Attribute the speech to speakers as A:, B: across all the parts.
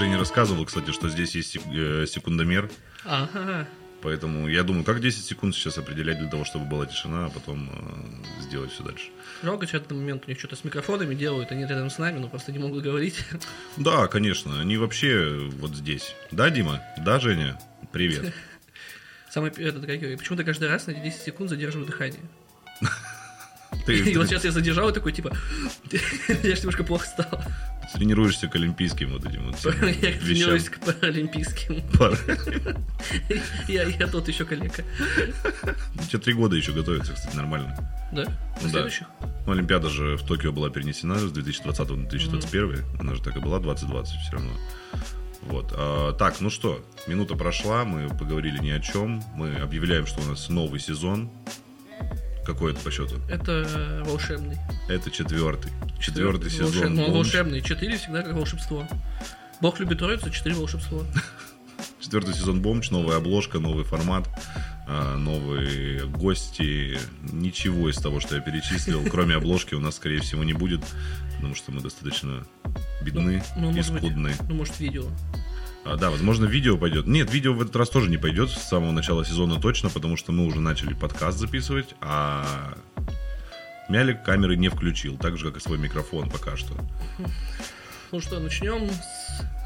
A: А подсказывал, кстати, что здесь есть сек- э, секундомер.
B: Ага.
A: Поэтому я думаю, как 10 секунд сейчас определять для того, чтобы была тишина, а потом э, сделать все дальше.
B: Жалко, что в этот момент у них что-то с микрофонами делают, они рядом с нами, но просто не могут говорить.
A: Да, конечно, они вообще вот здесь. Да, Дима? Да, Женя? Привет.
B: Самое пи- этот, как его, почему-то каждый раз на эти 10 секунд задерживаю дыхание. И вот
A: Ты
B: сейчас я задержал и такой, типа, я ж немножко плохо стало.
A: тренируешься к олимпийским вот этим вот
B: Я
A: всем Типа, вещам.
B: тренируюсь к паралимпийским. Я, я тот еще коллега.
A: Тебе три года еще готовится, кстати, нормально.
B: Да?
A: Ну да.
B: До следующих?
A: Ну, Олимпиада же в Токио была перенесена с 2020 на 2021. Она же так и была, 2020 все равно. Вот. А, так, ну что, минута прошла, мы поговорили ни о чем. Мы объявляем, что у нас новый сезон. Какой это по счету?
B: Это волшебный.
A: Это четвертый.
B: Ну,
A: Четвертый сезон.
B: Волшебный, он
A: Он
B: волшебный. Четыре всегда как волшебство. Бог любит троицу, четыре волшебство.
A: Четвертый сезон Бомч, новая обложка, новый формат, а, новые гости. Ничего из того, что я перечислил, кроме обложки, у нас, скорее всего, не будет, потому что мы достаточно бедны
B: Ну,
A: и
B: может быть,
A: скудны.
B: ну, может, видео.
A: А, да, возможно, видео пойдет. Нет, видео в этот раз тоже не пойдет с самого начала сезона точно, потому что мы уже начали подкаст записывать, а Мялик камеры не включил, так же, как и свой микрофон пока что.
B: Ну что, начнем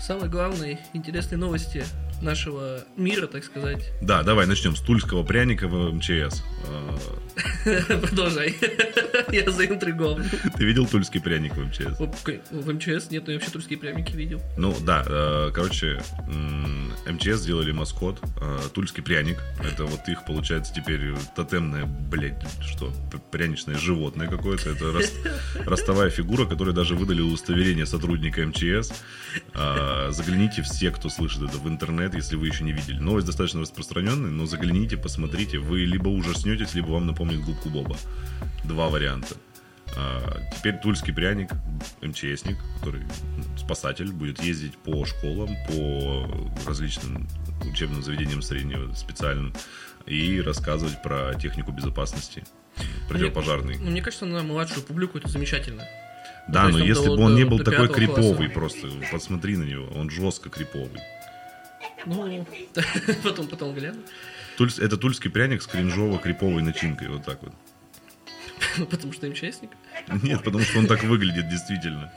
B: с самой главной интересной новости нашего мира, так сказать.
A: Да, давай начнем с тульского пряника в МЧС. Э,
B: Продолжай. Я заинтригован.
A: Ты видел тульский пряник в МЧС?
B: В в МЧС нет, но я вообще турские прямики видел.
A: Ну да, э, короче, м, МЧС сделали маскот, э, тульский пряник. Это вот их, получается, теперь тотемное, блядь, что, п- пряничное животное какое-то. Это рас- ростовая фигура, которой даже выдали удостоверение сотрудника МЧС. А, Загляните все, кто слышит это в интернет, если вы еще не видели. Новость достаточно распространенная, но загляните, посмотрите. Вы либо ужаснетесь, либо вам напомнит губку Боба. Два варианта. А, Теперь тульский пряник, МЧСник, который ну, спасатель, будет ездить по школам, по различным учебным заведениям среднего, специальным, и рассказывать про технику безопасности противопожарной.
B: Ну, мне кажется, на младшую публику это замечательно.
A: Да,
B: Ну,
A: но
B: то есть
A: если
B: он
A: бы
B: до-
A: он
B: до-
A: не был
B: до
A: такой
B: пятого
A: криповый,
B: класса.
A: просто посмотри на него, он жестко криповый.
B: Ну, потом, потом гляну.
A: Тульс- это тульский пряник с кринжово-криповой начинкой, вот так вот.
B: Ну, потому что МЧСник.
A: Нет, потому что он так выглядит действительно.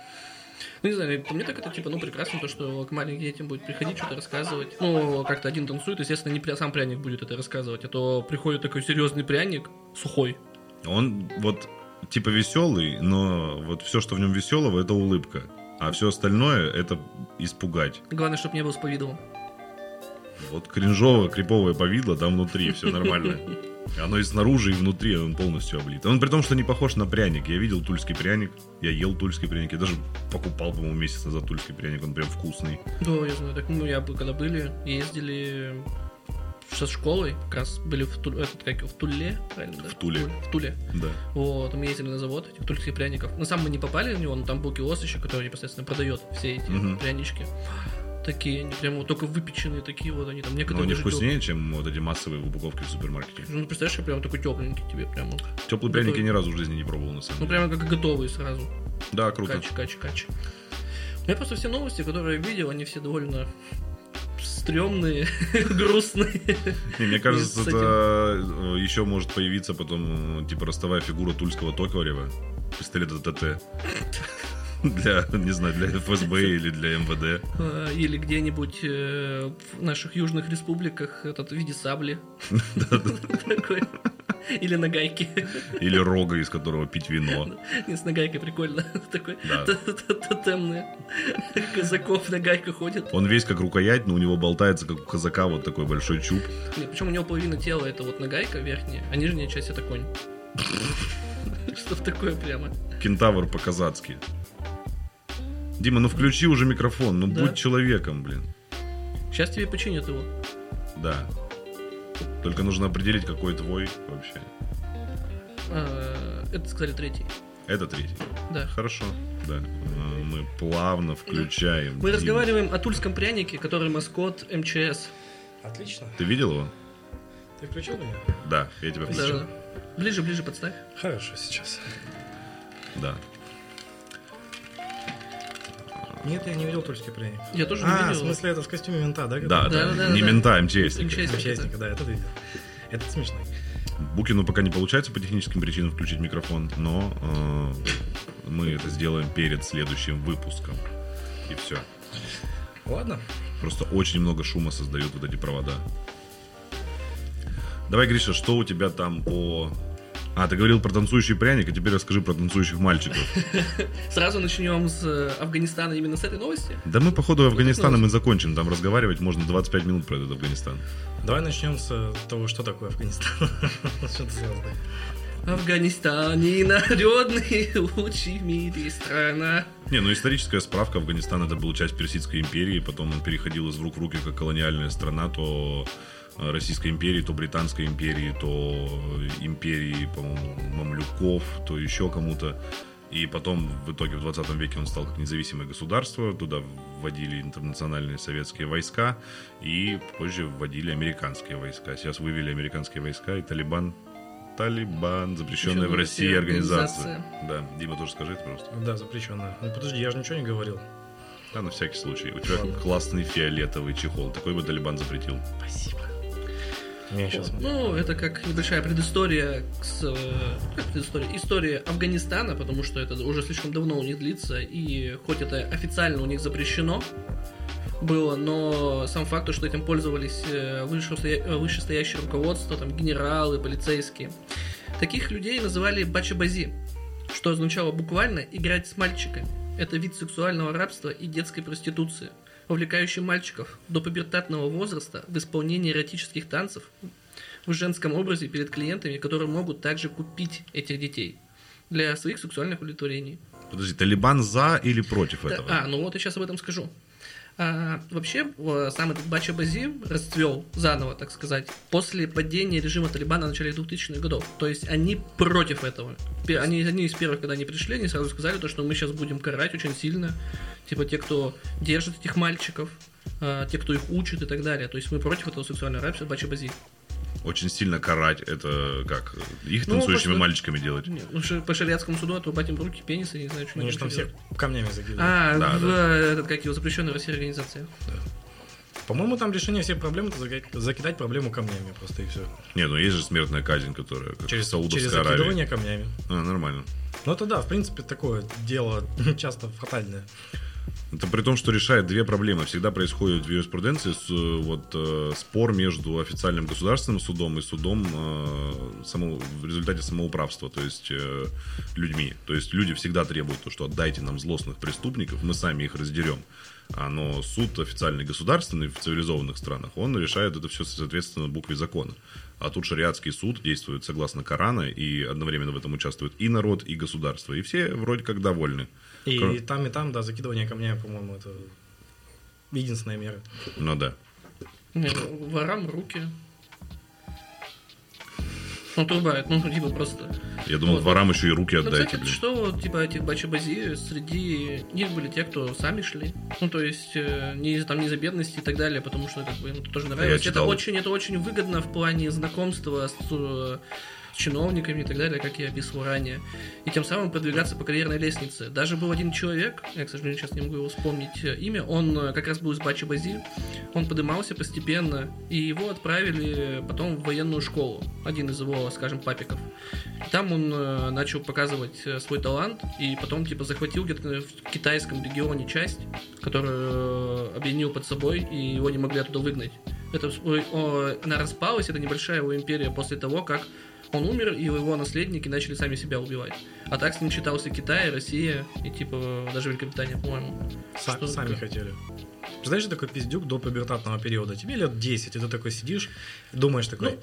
B: Ну, не знаю, мне так это, типа, ну, прекрасно, то, что к маленьким детям будет приходить, что-то рассказывать. Ну, как-то один танцует, естественно, не пря- сам пряник будет это рассказывать, а то приходит такой серьезный пряник, сухой.
A: Он вот типа веселый, но вот все, что в нем веселого, это улыбка. А все остальное это испугать.
B: Главное, чтобы не был с повидлом.
A: Вот кринжово-криповое повидло там внутри, все нормально. Оно и снаружи, и внутри, он полностью облит. Он при том, что не похож на пряник. Я видел тульский пряник, я ел тульский пряник, я даже покупал, по-моему, месяц назад тульский пряник, он прям вкусный.
B: Ну, я знаю, так, ну, я бы, когда были, ездили со школой, как раз были в, Ту- этот, как, его, в Туле, правильно, да?
A: В Туле.
B: В Туле.
A: Да.
B: Вот, мы ездили на завод этих тульских пряников. Ну, сам мы не попали в него, но там был киоск еще, который непосредственно продает все эти
A: Мгм.
B: прянички. Такие, они прям вот только выпеченные такие вот они там.
A: Но
B: Некоторые
A: они
B: даже тё-
A: вкуснее, чем вот эти массовые в упаковке в супермаркете.
B: Ну, представляешь, я прям такой тепленький тебе прям. вот.
A: Теплые
B: Ну,
A: пряники
B: то-
A: ни разу в жизни не пробовал, на самом
B: Ну,
A: деле.
B: прямо как готовые сразу.
A: Да, круто.
B: Кач, кач, кач. У меня просто все новости, которые я видел, они все довольно стрёмные, грустные.
A: Не, мне кажется,
B: с
A: это э, еще может появиться потом, э, типа, ростовая фигура тульского Токарева. Пистолет ТТ. Для, не знаю, для ФСБ или для МВД.
B: Э, Или где-нибудь э, в наших южных республиках этот в виде сабли. Такой. Или на гайке.
A: Или рога, из которого пить вино.
B: Не, с нагайкой прикольно. Такой
A: Да.
B: т- т- тотемный. Казаков на гайках ходит.
A: Он весь как рукоять, но у него болтается, как у казака, вот такой большой чуб.
B: Не, Причем у него половина тела это вот нагайка верхняя, а нижняя часть это конь. Что-то такое прямо.
A: Кентавр по-казацки. Дима, ну включи уже микрофон, ну
B: Да.
A: будь человеком, блин.
B: Сейчас тебе починят его.
A: Да. Только нужно определить, какой твой вообще.
B: Э, Это сказали третий.
A: Это третий.
B: Да.
A: Хорошо. Да. Э, Мы плавно включаем.
B: Мы
A: Дим.
B: разговариваем о тульском прянике, который маскот МЧС.
C: Отлично.
A: Ты видел его?
C: Ты включил меня?
A: Да, я тебя включил.
B: Да. Ближе, ближе подставь.
C: Хорошо, сейчас.
A: Да.
C: Нет, я не видел тульский пряник.
B: Я тоже
C: А,
B: не
C: в
B: видел.
C: смысле, это в костюме мента, да?
A: Да, да,
B: Да-да-да-да.
A: не мента, а МЧСника.
B: МЧС.
C: Общественника, да, это видел. Это смешно.
A: Букину пока не получается по техническим причинам включить микрофон, но э, мы это сделаем перед следующим выпуском. И все.
C: Ладно.
A: Просто очень много шума создают вот эти провода. Давай, Гриша, что у тебя там по... А, ты говорил про танцующий пряник, а теперь расскажи про танцующих мальчиков.
B: Сразу начнем с э, Афганистана именно с этой новости.
A: Да мы, походу, Афганистаном и закончим. Там разговаривать можно 25 минут про этот Афганистан.
C: Давай начнем с э, того, что такое Афганистан. Что ты звезды.
B: Афганистане народный лучший в мире страна.
A: Не, ну историческая справка. Афганистан это был часть Персидской империи, потом он переходил из рук в руки как колониальная страна, то э, Российской империи, то Британской империи, то империи, по-моему, мамлюков, то еще кому-то. И потом, в итоге, в 20 веке он стал как независимое государство, туда вводили интернациональные советские войска, и позже вводили американские войска. Сейчас вывели американские войска, и Талибан... Талибан, запрещенная в
B: Запрещенная
A: России
B: Россия
A: организация. Да, Дима, тоже скажи это, пожалуйста.
C: Да, запрещенная. Ну подожди, я же ничего не говорил.
A: Да, на всякий случай. У тебя классный фиолетовый чехол. Такой бы Талибан запретил.
C: Спасибо. Меня сейчас
B: Ну, это как небольшая предыстория с... э, Как предыстория? История Афганистана, потому что это уже слишком давно у них длится, и хоть это официально у них запрещено было, но сам факт, то, что этим пользовались э, вышестоя- э, вышестоящее руководство, там, генералы, полицейские. Таких людей называли бачабази, что означало буквально «играть с мальчиками». Это вид сексуального рабства и детской проституции, вовлекающий мальчиков до пубертатного возраста в исполнение эротических танцев в женском образе перед клиентами, которые могут также купить этих детей для своих сексуальных удовлетворений.
A: Подожди, Талибан за или против
B: Да,
A: типа этого?
B: а, ну вот я сейчас об этом скажу. А, вообще, э, сам этот Бача-Бази расцвел заново, так сказать, после падения режима Талибана в начале 2000-х годов. То есть они против этого. Пе- Они, они из первых, когда они пришли, они сразу сказали, то, что мы сейчас будем карать очень сильно. Типа те, кто держит этих мальчиков, э, те, кто их учит и так далее. То есть мы против этого сексуального рабства Бача-Бази.
A: Очень сильно карать это как? Их
B: Ну,
A: танцующими
B: просто-
A: мальчиками делать?
B: Не, ну, ш- По шариатскому суду отрубать им руки, пенисы, не
A: Ну,
B: знаю, что
C: Они же там
B: еще
C: всех
B: делать.
C: камнями загибают.
B: А,
A: Да,
B: в,
A: да.
B: э, этот, как его, запрещенная в России организация. А.
C: По-моему, там решение всех проблем это заки- закидать проблему камнями просто и все.
A: Не, ну есть же смертная казнь, которая как в
C: Через,
A: Саудовской
C: через
A: Аравии.
C: закидывание камнями.
A: А, нормально.
C: Ну это да, в принципе, такое дело часто фатальное.
A: Это при том, что решает две проблемы. Всегда происходит в юриспруденции с, э, вот, э, спор между официальным государственным судом и судом э, само- в результате самоуправства, то есть э, людьми. То есть люди всегда требуют то, что отдайте нам злостных преступников, мы сами их раздерем. А, Но суд официальный государственный в цивилизованных странах, он решает это все соответственно букве закона. А тут шариатский суд действует согласно Корана, и одновременно в этом участвует и народ, и государство. И все вроде как довольны.
C: И
A: Кро-
C: там, и там, да, закидывание камнями, по-моему, это единственная мера.
A: Ну да.
B: Не, Ну, Ворам руки. Ну, отрубают, ну, типа просто.
A: Я думал,
B: Вот.
A: ворам еще и руки
B: Ну,
A: отдайте,
B: кстати,
A: блин.
B: что, вот, типа, этих бачабази, среди них были те, кто сами шли. Ну, то есть, э, не, из- там, не из-за бедности и так далее, потому что, как бы, им это тоже нравилось. Э, это,
A: читал.
B: очень, это очень выгодно в плане знакомства с, э, с чиновниками и так далее, как я описывал ранее. И тем самым продвигаться по карьерной лестнице. Даже был один человек, я, к сожалению, сейчас не могу его вспомнить э, имя, он э, как раз был из бачабази, он поднимался постепенно, и его отправили потом в военную школу, один из его, скажем, папиков. Там он э, начал показывать э, свой талант и потом типа захватил где-то в китайском регионе часть, которую э, объединил под собой и его не могли оттуда выгнать. Это всп- о, она распалась, это небольшая его империя после того, как он умер и его наследники начали сами себя убивать. А так с ним считался Китай, Россия и типа даже Великобритания, по-моему.
C: Са-
B: Что
C: сами
B: такое?
C: хотели. Представляешь, ты такой пиздюк до пубертатного периода. Тебе лет 10, и ты такой сидишь, думаешь такой,
B: Ну,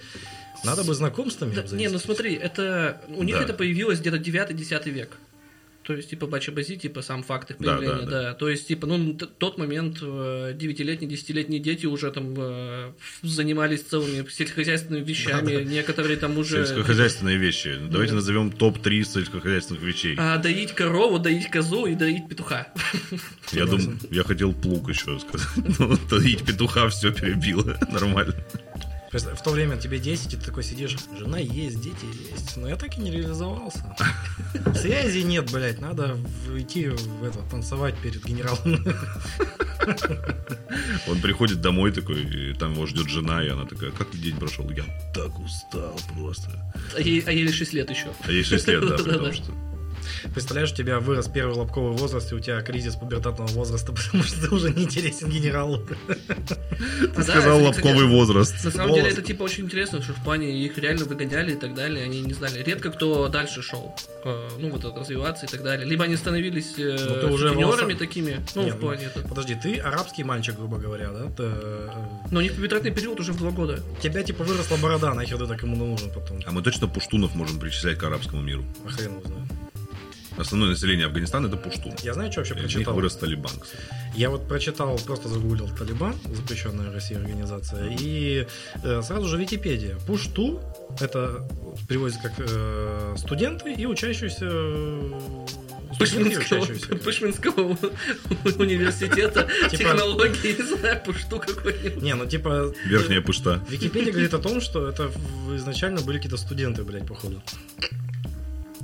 C: надо бы знакомствами
B: Да, не, ну
C: обзавестись».
B: смотри, это у них
A: Да.
B: это появилось где-то 9-10 век. То есть, типа, бача-бази, типа, сам факт их
A: Да, да,
B: появления, да,
A: да.
B: То есть, типа, ну, т- тот момент э, 9-летние, 10-летние дети уже там э, занимались целыми сельскохозяйственными вещами, некоторые там уже...
A: Сельскохозяйственные вещи. Давайте назовем топ-3 сельскохозяйственных вещей.
B: А, доить корову, доить козу и доить петуха.
A: я думаю, я хотел плуг еще сказать. Ну, доить петуха все перебило. Нормально.
C: То есть в то время тебе 10, и ты такой сидишь, жена есть, дети есть. Но я так и не реализовался. Связи нет, блядь, надо в- идти в это, танцевать перед генералом.
A: Он приходит домой такой, и там его ждет жена, и она такая, как ты день прошел? Я так устал просто.
B: А ей, а ей лишь 6 лет еще.
A: А ей 6 лет, да, потому
B: Да-да.
A: что...
C: Представляешь, у тебя вырос первый лобковый возраст, и у тебя кризис пубертатного возраста, потому что ты уже не интересен генералу.
A: Ты сказал лобковый возраст.
B: На самом
C: Волос.
B: деле это типа очень интересно, что в плане их реально выгоняли и так далее, они не знали. Редко кто дальше шел, э, ну вот этот, развиваться и так далее. Либо они становились э,
C: Ну, ты уже
B: сутенерами
C: волоса-
B: такими, ну
C: Не,
B: в плане это.
C: Подожди, ты арабский мальчик, грубо говоря, да? Ты, э,
B: Но у них пубертатный период уже в два года.
C: Тебя типа выросла борода, нахер ты так ему нужен потом.
A: А мы точно пуштунов можем причислять к арабскому миру.
C: А хрен его знает.
A: Основное население Афганистана это пуштун.
C: Я знаю, что вообще
A: И Из них
C: прочитал?
A: вырос Талибан, кстати.
C: Я вот прочитал, просто загуглил Талибан, запрещенная в России организация, и э, сразу же Википедия. Пушту это переводится как э, студенты и учащиеся. э, студенты и
B: Пышминского,
C: учащиеся.
B: Пышминского университета
C: Типа-
B: технологии, не знаю, пушту какой-нибудь.
C: Не, ну типа.
A: Верхняя пышта.
C: Википедия говорит о том, что это в- изначально были какие-то студенты, блядь, походу.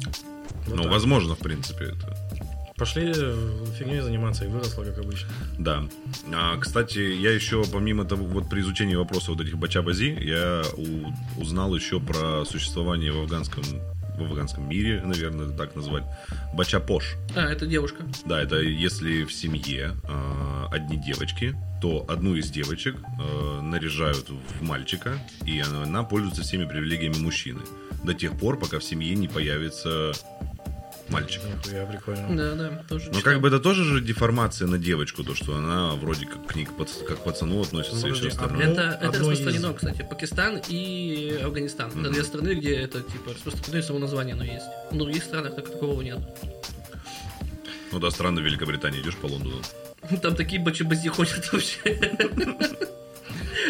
C: Вот
A: Ну,
C: так.
A: возможно, в принципе, это.
C: Пошли э, фигней заниматься и выросла, как обычно.
A: Да. А, кстати, я еще, помимо того, вот при изучении вопроса вот этих бачабази, я у- узнал еще про существование в афганском в афганском мире, наверное, это так назвать, бачапош.
B: А, это девушка.
A: Да, это если в семье э, одни девочки, то одну из девочек э, наряжают в мальчика, и она, она пользуется всеми привилегиями мужчины. До тех пор, пока в семье не появится мальчик.
C: Нихуя, прикольно.
B: Да, да, тоже.
A: Но
B: читал.
A: Ну, как бы это тоже же деформация на девочку, то, что она вроде как к ней как пац- как к пацану относится
C: Ну,
A: и все
C: подожди, а
A: остальное.
C: мне-
B: Это,
C: Ну,
B: это
C: одно из-
B: распространено, кстати, Пакистан и Афганистан. Это
A: Мгм.
B: две страны, где это типа распространено и само название, но есть. В других странах так такого нет.
A: Ну да, странно, в Великобритании идешь по Лондону.
B: Там такие бачебази ходят вообще.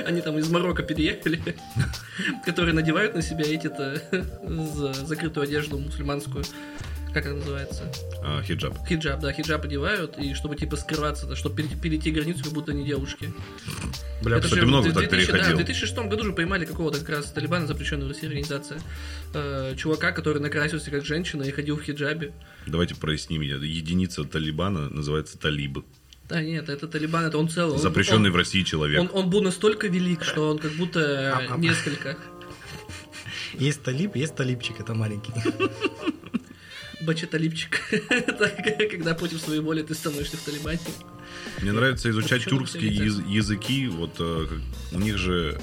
B: Они там из Марокко переехали, которые надевают на себя эти-то за- закрытую одежду мусульманскую. Как она называется?
A: А, хиджаб.
B: Хиджаб, да, хиджаб одевают, и чтобы типа скрываться, чтобы пере- перейти границу, как будто они девушки.
C: Бля, ну,
B: Это
A: кстати,
B: же
A: много
B: в
A: так
B: 2000, Да, в
A: переходил.
B: 2006 году же поймали какого-то как раз Талибана, запрещенная в России организация, э, чувака, который накрасился как женщина и ходил в хиджабе.
A: Давайте проясним. я- Единица Талибана называется Талиб.
B: Да нет, это Талибан, это он
C: Ну,
B: целый. он-
A: Запрещенный
B: он-
A: в России человек.
B: он, он был настолько велик, что он как будто
C: А, а.
B: несколько.
C: Есть талиб, есть талибчик, это маленький.
B: Бача-талибчик. Это когда против своей воли ты становишься в Талибане.
A: Мне нравится изучать
B: Почему
A: тюркские
B: все
A: яз- языки. Вот э, как- у них же.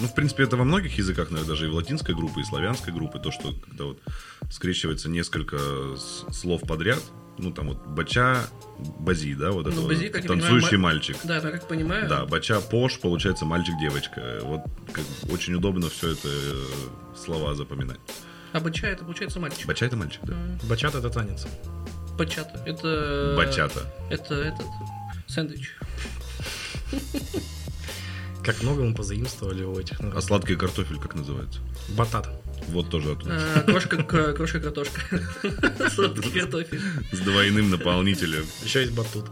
A: Ну, в принципе, это во многих языках, наверное, даже и в латинской группе, и славянской группе, то, что когда вот скрещивается несколько с- слов подряд, ну, там вот бача, бази, да, вот это
B: Ну,
A: вот
B: бази, как я понимаю,
A: танцующий
B: ма-
A: мальчик.
B: Да, но как понимаю,
A: Да, бача, пош, получается мальчик-девочка. Вот как очень удобно все это э, слова запоминать.
B: а бача это получается мальчик.
A: Бача это мальчик, да?
C: Бачат это танец.
B: Бачата. Это...
A: Бачата.
B: Это этот сэндвич.
C: Как много мы позаимствовали у этих
A: А
C: народов.
A: сладкий картофель как называется?
C: Батат.
A: Вот тоже оттуда.
B: А, Крошка, к- крошка, картошка. Сладкий картофель.
A: С двойным наполнителем.
C: Еще есть батут.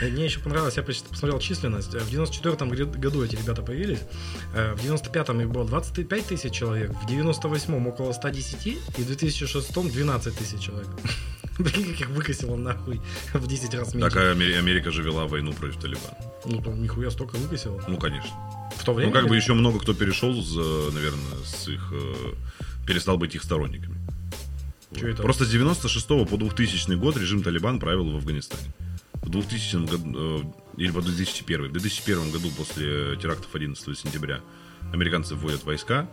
C: Э, Мне еще понравилось, я почти посмотрел численность. Э, В 94-м гри- году эти ребята появились. Э, В 95-м их было 25 тысяч человек, в 98-м около 110, и в 2006-м 12 тысяч человек. Прикинь, как их выкосило нахуй в 10 раз
A: Так
C: меньше.
A: а Амери- Америка же вела войну против Талибана.
C: Ну, прям нихуя столько выкосило.
A: Ну, конечно.
C: В то время...
A: Ну, как бы еще много кто перешел, с, э, наверное, с их... э, перестал быть их сторонниками.
C: Чё это?
A: Просто с 96 по 2000 год режим Талибан правил в Афганистане. В 2000 году... э, Или по 2001. В 2001 году после терактов 11 сентября американцы вводят войска.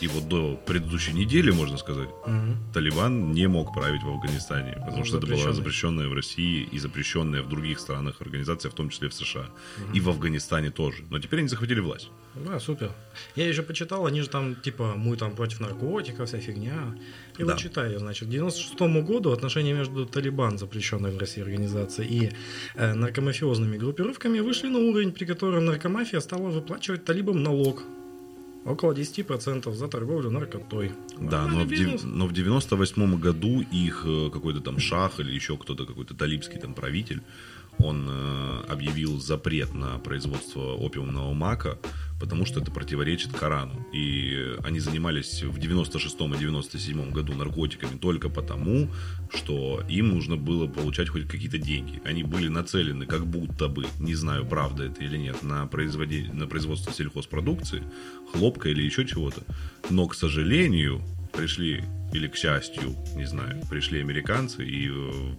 A: И вот до предыдущей недели, можно сказать,
C: Мгм.
A: Талибан не мог править в Афганистане, потому
C: Ну,
A: что это была
C: запрещенный.
A: запрещенная в России и запрещенная в других странах организация, в том числе в США. И в Афганистане тоже. Но теперь они захватили власть.
C: Да, супер. Я еще почитал, они же там, типа, мы там против наркотиков, вся фигня. И
A: Да.
C: вот читаю, значит, к 96 году отношения между Талибан, запрещенной в России организацией, и э, наркомафиозными группировками вышли на уровень, при котором наркомафия стала выплачивать талибам налог. Около 10% за торговлю наркотой.
A: Да, но в,
C: Нормальный
A: дев-
C: Ну, бизнес.
A: но в 98 году их э, какой-то там шах или еще кто-то, какой-то талибский там правитель, он э, объявил запрет на производство опиумного мака, потому что это противоречит Корану. И они занимались в 96-м и 97-м году наркотиками только потому, что им нужно было получать хоть какие-то деньги. Они были нацелены как будто бы, не знаю, правда это или нет, на, производи... на производство сельхозпродукции, хлопка или еще чего-то. Но, к сожалению, пришли или к счастью, не знаю, пришли американцы, и э,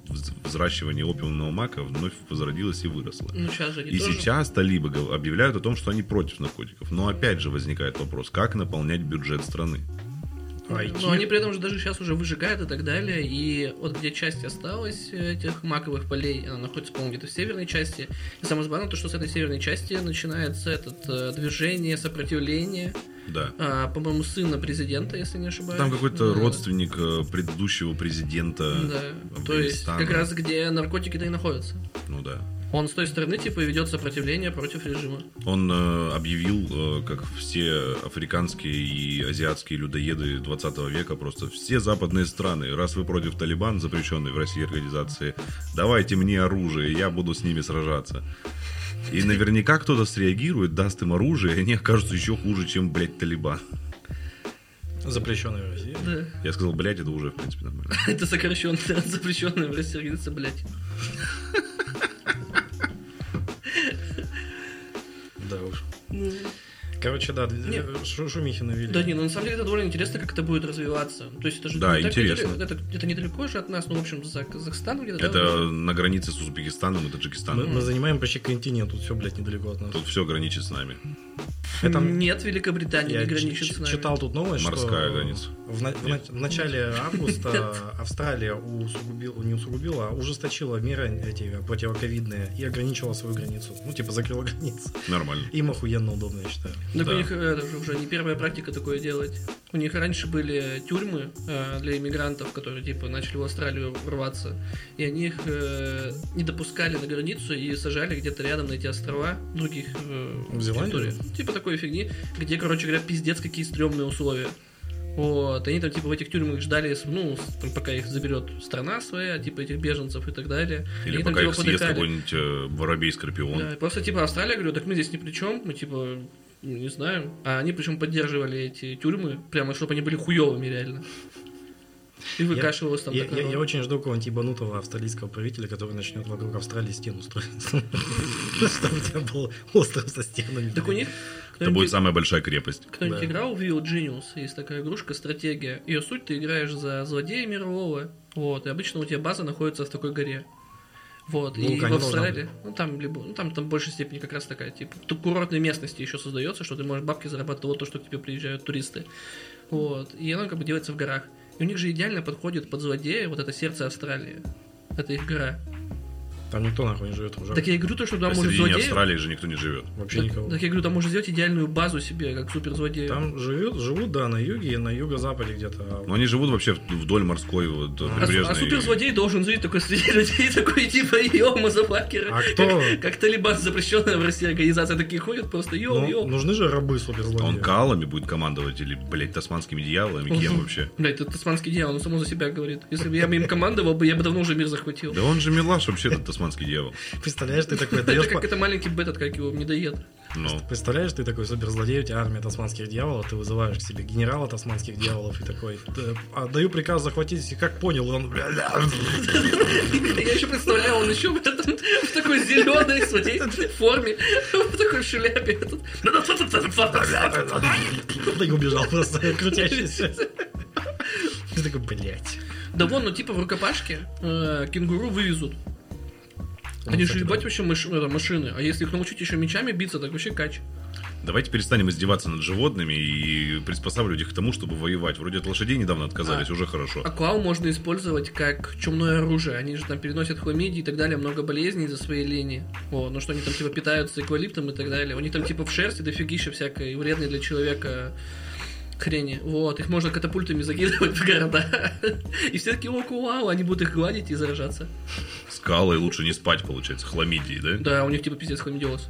A: вз- взращивание опиумного мака вновь возродилось и выросло.
B: Ну, сейчас же они
A: И
B: тоже-
A: сейчас талибы гов- объявляют о том, что они против наркотиков. Но опять же возникает вопрос, как наполнять бюджет страны?
C: Ну,
B: Но Ну, они при этом же даже сейчас уже выжигают и так далее. И вот где часть осталась э, этих маковых полей, она находится, по-моему, где-то в северной части. И самое главное, то, что с этой северной части начинается это движение, сопротивление.
A: Да.
B: А, по-моему, сына президента, если не ошибаюсь.
A: Там какой-то
B: Да.
A: родственник э, предыдущего президента.
B: Да. То есть
A: Афганистана.
B: как раз где наркотики-то и находятся.
A: Ну да.
B: Он с той стороны, типа, и ведет сопротивление против режима.
A: Он э, объявил, э, как все африканские и азиатские людоеды 20 века, просто все западные страны, раз вы против Талибан, запрещенной в России организации, давайте мне оружие, я буду с ними сражаться. И наверняка кто-то среагирует, даст им оружие, и они окажутся еще хуже, чем, блядь, Талибан.
C: Запрещенная в России.
B: Да.
A: Я сказал, блядь, это уже, в принципе, нормально.
B: Это сокращенно от запрещенной в России организации, блядь.
C: Да уж. Короче, да,
B: Нет.
C: шу- шумихи навели.
B: Да не, ну на самом деле это довольно интересно, как это будет развиваться. То есть это же
A: Да,
B: не так
A: интересно.
B: недалеко- это где-то недалеко же от нас, ну, в общем, за Казахстаном где-то. да,
A: Это на границе с Узбекистаном и
C: мы,
B: Ну,
A: Таджикистаном.
C: мы занимаем почти континент, тут все, блядь, недалеко от нас. Э,
A: Тут все граничит с нами.
C: Это-
B: Нет, Великобритания
C: Я
B: не граничит
C: ч-
B: с нами.
C: читал тут новость,
A: Морская
C: что
A: граница.
C: В, на- в на- в начале августа Австралия усугубила, не усугубила, а ужесточила меры эти противоковидные и ограничила свою границу. Ну, типа, закрыла границу.
A: Нормально.
C: Им охуенно удобно, я считаю.
B: Так
A: Да.
B: у них э, это же уже не первая практика такое делать. У них раньше были тюрьмы э, для иммигрантов, которые типа начали в Австралию рваться, и они их э, не допускали на границу и сажали где-то рядом на эти острова других э,
C: В Зеландию?
B: территорий. Ну, Типа такой фигни, где, короче говоря, пиздец какие стрёмные условия. Вот, они там типа в этих тюрьмах ждали, с- ну, с- там, пока их заберет страна своя, типа этих беженцев и так далее.
A: Или
B: Они там,
A: пока
B: типа,
A: их съест
B: подыхали.
A: какой-нибудь э, воробей-скорпион.
B: Да, и просто типа Австралия, говорю, так мы здесь ни при чем, мы типа не знаем. А они причем поддерживали эти тюрьмы, прямо чтобы они были хуевыми реально. И выкашивалось там
C: Я,
B: так
C: я- я
B: народ.
C: очень жду какого-нибудь ебанутого австралийского правителя, который начнет вокруг Австралии стену строить. Чтобы у тебя был остров со стенами.
B: Так у них
A: Это будет
B: кто-нибудь
A: самая большая крепость.
B: кто-нибудь
C: да.
B: играл в Real Genius, есть такая игрушка, стратегия. Ее суть ты играешь за злодея мирового, вот, и обычно у тебя база находится в такой горе. Вот, и
C: Вулкане
B: в
C: должна
B: Австралии, ну там, либо, ну, там, там в большей степени как раз такая, типа, ту- курортной местности еще создается, что ты можешь бабки зарабатывать вот то, что к тебе приезжают туристы. Вот, и оно как бы делается в горах. И у них же идеально подходит под злодея вот это сердце Австралии. Это их гора.
C: Там никто нахуй не живет уже.
B: Так я и говорю то, что туда может
A: Посередине
B: злодея...
A: Австралии же никто не живет.
C: Вообще
B: Так,
C: никого.
B: так я говорю, там можно сделать идеальную базу себе, как супер злодея.
C: Там живет, живут, да, на юге и на юго-западе где-то. а
A: Но они живут вообще в- вдоль морской вот,
C: А- а
B: А,
A: прибрежной.
B: а суперзлодей должен жить такой среди людей, такой типа, йо, мазафакеры.
C: А кто?
B: Как, как Талибан, запрещенная в России организация, такие ходят просто, йо,
C: Ну,
B: йо.
C: нужны же рабы суперзлодеи.
A: Он калами будет командовать или, блядь, тасманскими дьяволами? Кем
B: Мгм.
A: вообще?
B: Блять, это тасманский дьявол, он само за себя говорит. Если бы я бы им командовал, бы я бы давно уже мир захватил.
A: Да он же милаш вообще, этот тасманский дьявол.
C: Представляешь, ты такой
B: Это
C: даешь...
B: как это маленький бет, как его, медоед.
A: Ну,
C: Представляешь, ты такой суперзлодей, у тебя армия тасманских дьяволов, ты вызываешь к себе генерала тасманских дьяволов и такой, «Т- отдаю приказ захватить, и как понял, он...
B: Я еще представлял, он еще в, этом, в такой зеленой своей форме, в такой шляпе. этот.
C: Да и убежал просто, крутящийся. Ты такой, блядь.
B: Да вон, ну типа в рукопашке э, кенгуру вывезут. Они же
C: Ну, кстати,
B: ебать
C: да.
B: вообще маш- это, машины. А если их научить еще мечами биться, так вообще кач.
A: давайте перестанем издеваться над животными и приспосабливать их к тому, чтобы воевать. Вроде от лошадей недавно отказались, уже хорошо.
B: А клау можно использовать как чумное оружие. Они же там переносят хламидии и так далее, много болезней из-за своей линии. О, ну что они там типа питаются эквалиптом и так далее. У них там типа в шерсти дофигища всякой вредной для человека хрени. Вот, их можно катапультами закидывать в города. И все такие, о, клау, они будут их гладить и заражаться.
A: Скалой лучше не спать, получается, хламидии, да?
B: Да, у них типа пиздец хламидиоз.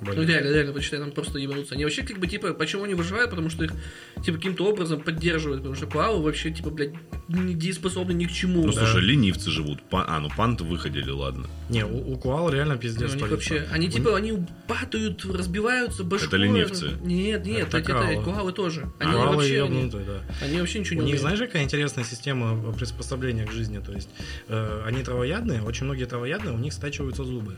C: Блин.
B: Ну реально, реально, почитай, там просто ебанутся. Они вообще как бы, типа, почему они выживают? Потому что их, типа, каким-то образом поддерживают, потому что плавы вообще, типа, блядь, недееспособны ни к чему.
A: Ну
B: Да.
A: слушай, ленивцы живут. Па- А, ну панты выходили, ладно.
C: Не, у, у Куал реально пиздец.
B: Ну, у них
C: творится.
B: вообще, они
C: У-
B: типа, они падают, разбиваются башку.
A: ленивцы.
B: Нет, нет, это,
C: Это
B: это,
C: каалы.
B: куалы тоже. Они
C: Куалы
B: вообще, они,
C: ёбнутые, да.
B: они вообще ничего
C: У
B: не умеют.
C: них, знаешь, какая интересная система э, приспособления к жизни. То есть э, они травоядные, очень многие травоядные, у них стачиваются зубы.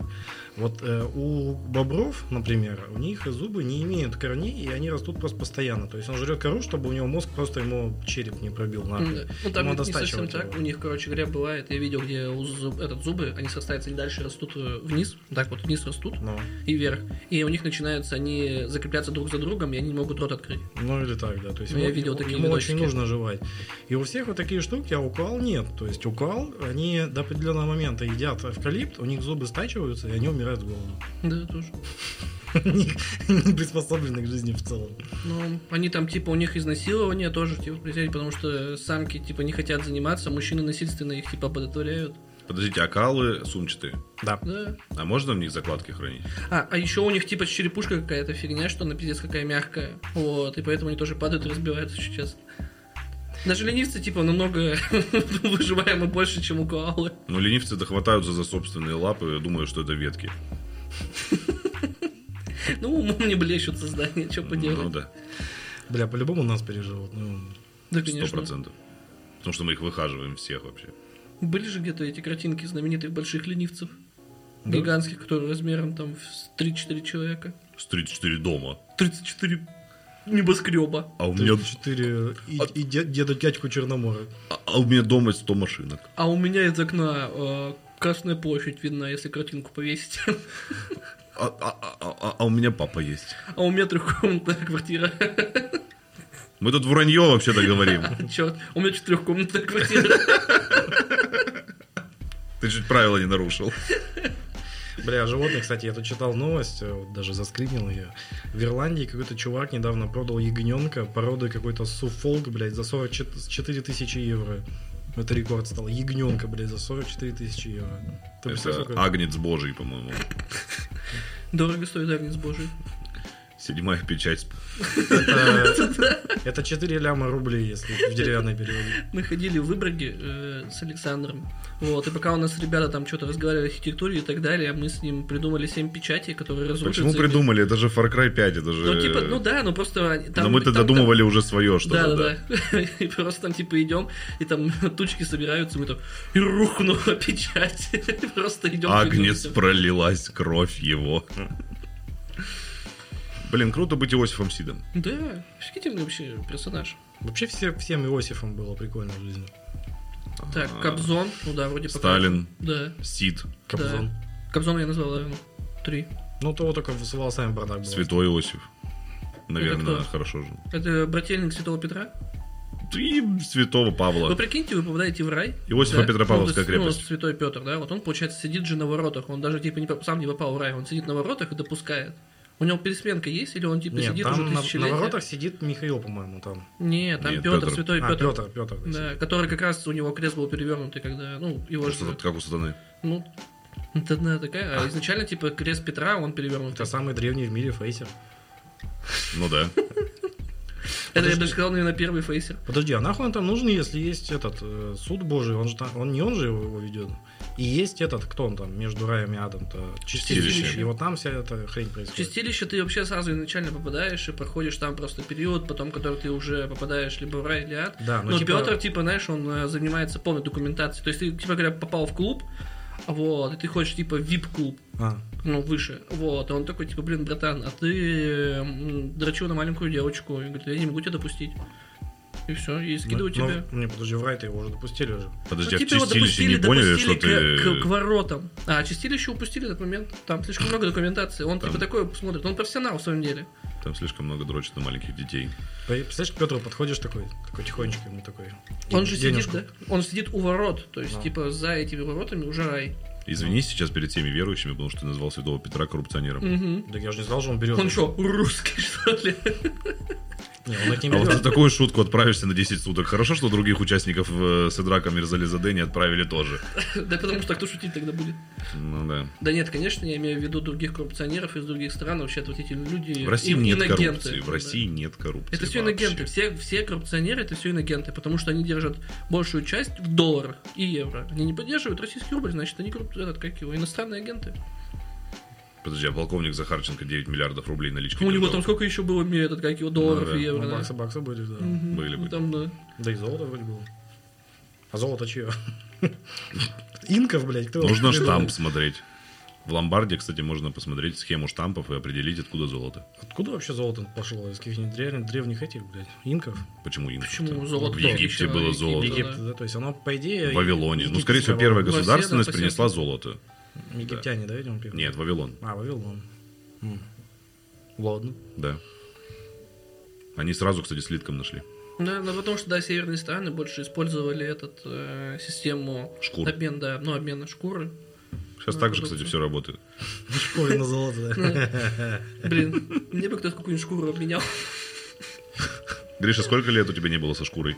C: Вот э, у бобров, например, у них зубы не имеют корней, и они растут просто постоянно. То есть он жрет кору, чтобы у него мозг просто ему череп не пробил
B: М,
C: нахуй.
B: да. Ну там
C: Ему
B: это не совсем
C: достачивать
B: так.
C: его.
B: У них, короче говоря, бывает, я видел, где у зуб- этот зубы, они срастаются, они дальше растут э, вниз, так вот, вниз растут
C: Ну,
B: и вверх. И у них начинаются они закрепляться друг за другом, и они не могут рот открыть.
C: ну или так, да. То есть
B: Ну, я
C: ему-
B: видел такие
C: ему
B: видосики.
C: очень нужно жевать. И у всех вот такие штуки, а у коал нет. То есть у коал они до определенного момента едят эвкалипт, у них зубы стачиваются, и они умирают с голоду.
B: Да, тоже.
C: Они не приспособлены к жизни в целом.
B: Ну, они там, типа, у них изнасилование тоже, типа, представляете, потому что самки, типа, не хотят заниматься, мужчины насильственно их, типа, подотворяют.
A: Подождите, акалы сумчатые.
C: Да.
B: Да.
A: А можно в них закладки хранить?
B: А, а еще у них, типа, черепушка какая-то фигня, что она пиздец какая мягкая. Вот, и поэтому они тоже падают и разбиваются очень часто. Даже ленивцы, типа, намного выживаемы больше, чем у коалы.
A: Ну, ленивцы дохватаются за собственные лапы, думаю, что это ветки.
B: Ну, умом не блещут создания, что
A: Ну
B: поделать.
A: да,
C: Бля, по-любому нас переживут. Ну,
B: Да,
A: сто
B: конечно.
A: процентов. Потому что мы их выхаживаем всех вообще.
B: Были же где-то эти картинки знаменитых больших ленивцев.
C: Да.
B: Гигантских, которые размером там в 3-4 человека.
A: С 34 дома.
B: 34 небоскреба.
A: А у меня,
C: 34 и, и дед- деда дядьку Черномора.
A: а- а у меня дома 100 машинок.
B: А у меня из окна э, Красная площадь видна, если картинку повесить.
A: А, а- а- а- а у меня папа есть.
B: А у меня трехкомнатная квартира.
A: Мы тут вранье вообще-то говорим.
B: Черт, А у меня четырехкомнатная квартира.
A: Ты чуть правила не нарушил.
C: Бля, животные, кстати, я тут читал новость, э, вот даже заскринил ее. В Ирландии какой-то чувак недавно продал ягненка породы какой-то суфолк, блядь, за 44 тысячи евро. Это рекорд стал. Ягненка, блядь, за 44 тысячи евро. Ты представляешь,
A: Это
C: какой-
A: агнец божий, по-моему.
B: Дорого стоит Агнец Божий.
A: Седьмая печать.
C: это, Э, это 4 ляма рублей, если в деревянной переводе.
B: Мы ходили в Выборге э, с Александром. Вот, и пока у нас ребята там что-то разговаривали о архитектуре и так далее, мы с ним придумали семь печатей, которые разрушатся.
A: Почему
B: и-
A: придумали? Это же Far Cry 5, это же...
B: Ну, типа, ну да, ну просто... они- Там,
A: Э, Но мы-то
B: там-
A: додумывали уже свое
B: Да,
A: что-то,
B: да,
A: да.
B: да. И просто там типа идем, и там тучки собираются, мы там и рухнула печать. Просто идем.
A: Агнец пролилась кровь его. Блин, круто быть Иосифом Сидом.
B: Да, офигительный вообще персонаж.
C: Вообще все, всем Иосифом было прикольно в жизни.
B: Так,
A: А,
B: Кобзон, ну да, вроде пока.
A: Сталин,
B: Да.
A: Сид,
C: Кобзон.
B: Кобзон я назвал, наверное, три.
C: Ну, то вот только с волосами бардак был.
A: Святой Иосиф. Наверное,
B: кто?
A: хорошо жил.
B: Это брательник Святого Петра.
A: И святого
B: Вы
A: Павла.
B: прикиньте, вы попадаете в рай.
A: Иосифа
B: Да.
A: Петропавловская
B: Ну, то есть,
A: крепость.
B: Ну, Святой Петр, да, вот он, получается, сидит же на воротах. Он даже типа не поп- сам не попал в рай, он сидит на воротах и допускает. У него пересменка есть, или он типа
C: Нет,
B: сидит уже
C: там на, на
B: тысячелетия?
C: воротах сидит Михаил, по-моему, там.
B: Нет, там
A: Нет,
B: Петр,
A: Петр.
B: Святой
C: А,
B: Петр.
C: Петр, Петр.
B: Да, который как раз у него крест был перевернутый, когда, ну, его
A: Просто
B: же,
A: вот Как у сатаны.
B: ну, это одна такая, а изначально, типа, крест Петра, он перевернутый.
C: Это самый древний в мире фейсер.
A: Ну да.
B: Это я
C: подожди.
B: бы даже сказал, наверное, первый фейсер.
C: Подожди, а нахуй он там нужен, если есть этот э, суд божий? Он же там, он не он же его, его ведет. И есть этот, кто он там, между раем и адом-то?
A: Чистилище.
C: И вот там вся эта хрень происходит.
B: В чистилище ты вообще сразу изначально попадаешь и проходишь там просто период, потом который ты уже попадаешь либо в рай, или ад.
C: Да, ну,
B: Но
C: типа-
B: Петр, типа, знаешь, он э, занимается полной документацией. То есть ты, типа, говоря, попал в клуб, вот, и ты хочешь, типа, VIP-клуб,
C: А,
B: ну, выше. Вот, и он такой, типа, блин, братан, а ты э, м, дрочил на маленькую девочку. И говорит, я не могу тебя допустить. И все, и скидываю
C: ну,
B: тебя.
C: ну, не, подожди, в рай-то его уже допустили уже.
A: Подожди, а в
B: типа, его
A: чистилище не поняли, что
B: допустили к- к, к
A: ты... э,
B: воротам. А чистилище упустили этот момент. Там слишком много документации. Он,
A: Там-
B: типа, такой смотрит. Он профессионал в своем деле.
A: Там слишком много дрочат на маленьких детей.
C: Ты Представляешь, к Петру подходишь такой, такой тихонечко ему такой.
B: Он же
C: денежку.
B: сидит, да? Он сидит у ворот. То есть,
C: Да.
B: типа, за этими воротами уже рай.
A: Извинись сейчас перед всеми верующими, потому что ты назвал святого Петра коррупционером.
B: Мгм.
C: Да я же не знал, что он берет.
B: Он что, русский, что ли?
C: Не, он их не
A: А вот за
C: берет.
A: такую шутку отправишься на 10 суток. Хорошо, что других участников э, Седрака Мирзализаде не отправили тоже.
B: Да потому что кто шутить тогда будет?
A: Ну да.
B: Да нет, конечно, я имею в виду других коррупционеров из других стран, вообще отвратительные люди.
A: В России
B: и-
A: нет
B: иногенты.
A: коррупции. В
B: Да.
A: России нет коррупции.
B: Это все
A: вообще.
B: иногенты. Все, все коррупционеры это все иногенты, потому что они держат большую часть в долларах и евро. Они не поддерживают российский рубль, значит, они корруп... этот, как его, иностранные агенты.
A: Подожди, а полковник Захарченко 9 миллиардов рублей налички.
B: У него
A: держал.
B: там сколько еще было ми- этот, как его, долларов
A: Ну да,
B: и евро?
C: Ну,
B: да?
C: Баксы, баксы были, да.
B: Мгм.
A: Были,
B: Ну,
A: были.
B: Там, да.
C: Да и золото вроде было. А золото чье? Инков, блядь, кто?
A: Нужно
C: придумал?
A: штамп смотреть. В ломбарде, кстати, можно посмотреть схему штампов и определить, откуда золото.
C: Откуда вообще золото пошло? Из каких-нибудь реально древних этих, блядь, инков?
A: Почему инфа?
B: Почему золото?
A: В Египте
B: Ещё
A: было
B: Египет.
A: золото.
C: Египет, да. то есть оно, по идее...
A: В Вавилоне. Ну, скорее всего,
C: египетская
A: первая
B: Во все, да,
A: государственность
B: по всем.
A: принесла золото.
C: Вавилон. Египтяне, да, видимо, первые?
A: Нет, Вавилон,
C: А, Вавилон. М. Ладно.
A: да. Они сразу, кстати, слитком нашли.
B: Да, но потому что, да, северные страны больше использовали этот э, систему
A: Шкуры.
B: обмен, да, ну, обмена шкуры.
A: Сейчас
B: Ну,
A: так же,
B: это
A: кстати,
B: да.
A: все работает.
C: Школе на золото, да.
B: Блин, мне бы кто-то какую-нибудь шкуру обменял.
A: Гриша, сколько лет у тебя не было со шкурой?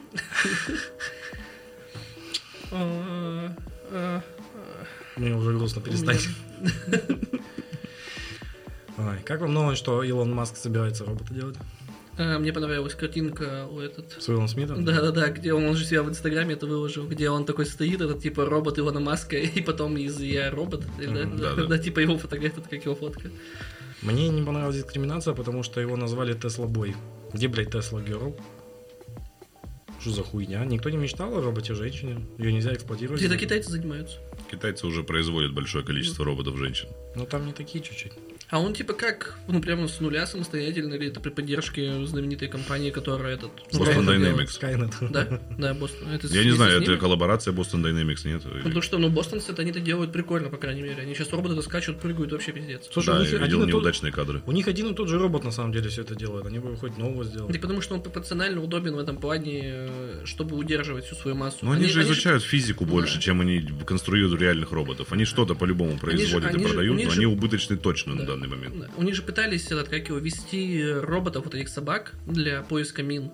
B: А, а,
C: Мне уже грустно перестать. Ай, Как вам новость, что Илон Маск собирается робота делать?
B: а, Мне понравилась картинка у этот
C: С Уиллом Смитом?
B: Да-да-да, где он, он же себя в Инстаграме это выложил, где он такой стоит, этот типа робот Илона Маска, и потом из «Я робот», или, да,
A: Мгм,
B: да,
A: да-да.
B: да, типа его фотография, это как его фотка.
C: Мне не понравилась дискриминация, потому что его назвали Тесла Бой. Где, блядь, Тесла Герл? Что за хуйня? Никто не мечтал о роботе-женщине. Ее нельзя эксплуатировать.
B: Где-то китайцы занимаются.
A: Китайцы уже производят большое количество роботов-женщин.
C: Но Ну, там не такие чуть-чуть.
B: А он типа как, ну прямо с нуля самостоятельно, или это при поддержке знаменитой компании, которая этот... ну,
A: Boston
B: правильно
A: Dynamics.
C: Скайнет.
B: делает? Да, да, Бостон. Это
A: Я не знаю, это
B: как...
A: коллаборация Boston Dynamics, нет?
B: Потому что, ну, бостонцы, это они-то делают прикольно, по крайней мере. Они сейчас роботы скачут, прыгают, вообще пиздец.
C: Слушай, у,
A: Да,
C: них
A: я
C: один
A: видел
C: и тот,
A: неудачные кадры.
C: у них один и тот же робот на самом деле все это делает. Они бы хоть нового сделали.
B: Да потому что он пропорционально удобен в этом плане, э, чтобы удерживать всю свою массу.
A: Но Ну, они, же
B: изучают
A: изучают физику больше, чем они конструируют реальных роботов. Они что-то по-любому производят
B: они
A: и
B: же- у
A: продают,
B: них
A: но
B: же-
A: они убыточны точно на
B: Да.
A: данный момент.
B: Да. У них же пытались этот, как его, вести роботов, вот этих собак для поиска мин.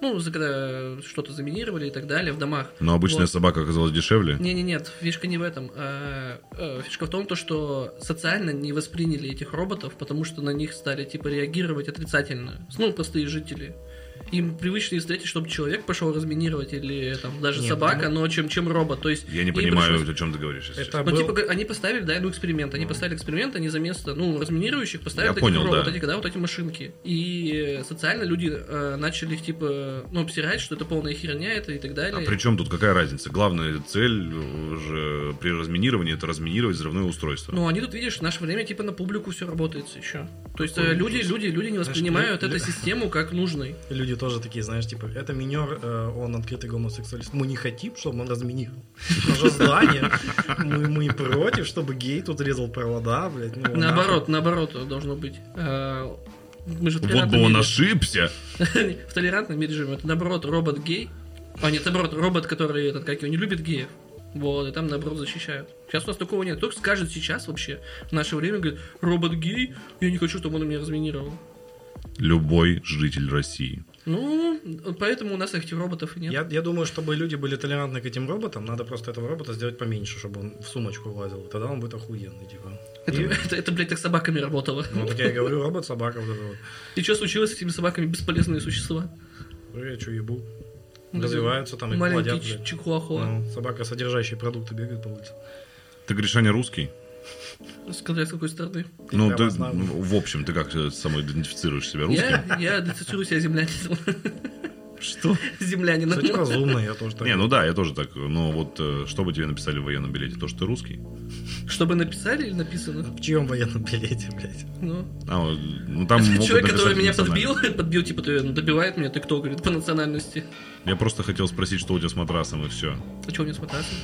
B: Ну, за- когда что-то заминировали и так далее в домах.
A: Но обычная
B: Вот.
A: собака оказалась дешевле.
B: Не-не-нет, фишка не в этом. А, э, Фишка в том, то, что социально не восприняли этих роботов, потому что на них стали, типа, реагировать отрицательно. Ну, простые жители. Им привычнее встретить, чтобы человек пошел разминировать или там даже
C: Не,
B: собака,
C: потому-
B: но чем, чем робот. То есть
A: ну, Я не
B: им
A: понимаю, о
B: пришлось-
A: чем ты говоришь. если
C: Это
B: ну,
C: был-
B: типа, они поставили, да, ну, эксперимент. Они поставили эксперимент, они за место, ну, разминирующих поставили
A: Я
B: таких
A: понял,
B: роботов,
A: да.
B: эти, да, вот эти машинки. И э, социально люди э, начали их, типа, ну, обсирать, что это полная херня, это и так далее.
A: А при чем тут какая разница? Главная цель уже при разминировании это разминировать взрывное устройство.
B: Ну, они тут, видишь, в наше время, типа, на публику все работает еще. То есть э,
A: Какой
B: люди,
A: ужас.
B: люди, люди не
C: Знаешь,
B: воспринимают
C: лю- лю-
B: эту систему как нужной.
C: И люди тоже такие, знаешь, типа, это минер, э, он открытый гомосексуалист. Мы не хотим, чтобы он разминировал наше здание. Мы, мы против, чтобы гей тут резал провода, блядь. ну,
B: Наоборот, наоборот должно быть. Э, Мы же в
A: вот бы
B: толерантном
A: он
B: мире.
A: ошибся.
B: В толерантном мире живем. Это, наоборот, робот гей. А нет, наоборот, робот, который этот, как его, не любит геев. Вот, и там, наоборот, защищают. Сейчас у нас такого нет. Только скажет сейчас вообще, в наше время, говорит, робот гей, я не хочу, чтобы он меня разминировал.
A: Любой житель России.
B: Ну, поэтому у нас этих роботов и нет.
C: Я, я думаю, чтобы люди были толерантны к этим роботам, надо просто этого робота сделать поменьше, чтобы он в сумочку влазил. Тогда он будет охуенный, типа.
B: Это,
C: И-
B: это, это, блядь, так с собаками работало.
C: ну, так я и говорю, робот, собака, вот это вот.
B: И что случилось с этими собаками, бесполезные существа?
C: Я чё, ебу. Развиваются там и
B: Маленькие
C: плодят,
B: ч-
C: блядь.
B: чихуахуа,
C: Ну, собака, содержащие продукты, бегает по улице.
A: Ты, Гришаня, русский?
B: Смотря с какой стороны.
A: Ну,
C: прямо
A: ты,
C: знаю.
A: ну, в общем, ты как э, самоидентифицируешь себя русским?
B: Я, я децитирую себя землянином.
A: Что?
B: Землянином.
C: Кстати, разумно, я тоже так.
A: Не, ну да, я тоже так. Но вот э, что бы тебе написали в военном билете? То, что ты русский?
B: Чтобы написали или написано?
C: В чьем военном билете, блядь?
B: Ну,
A: А, э, ну, там могут
B: Человек,
A: написать
B: который меня
A: национально.
B: подбил, подбил, типа, ты ну, добивает меня, ты кто? Говорит, по национальности.
A: Я просто хотел спросить, что у тебя с матрасом, и все.
B: А чего у меня с матрасом?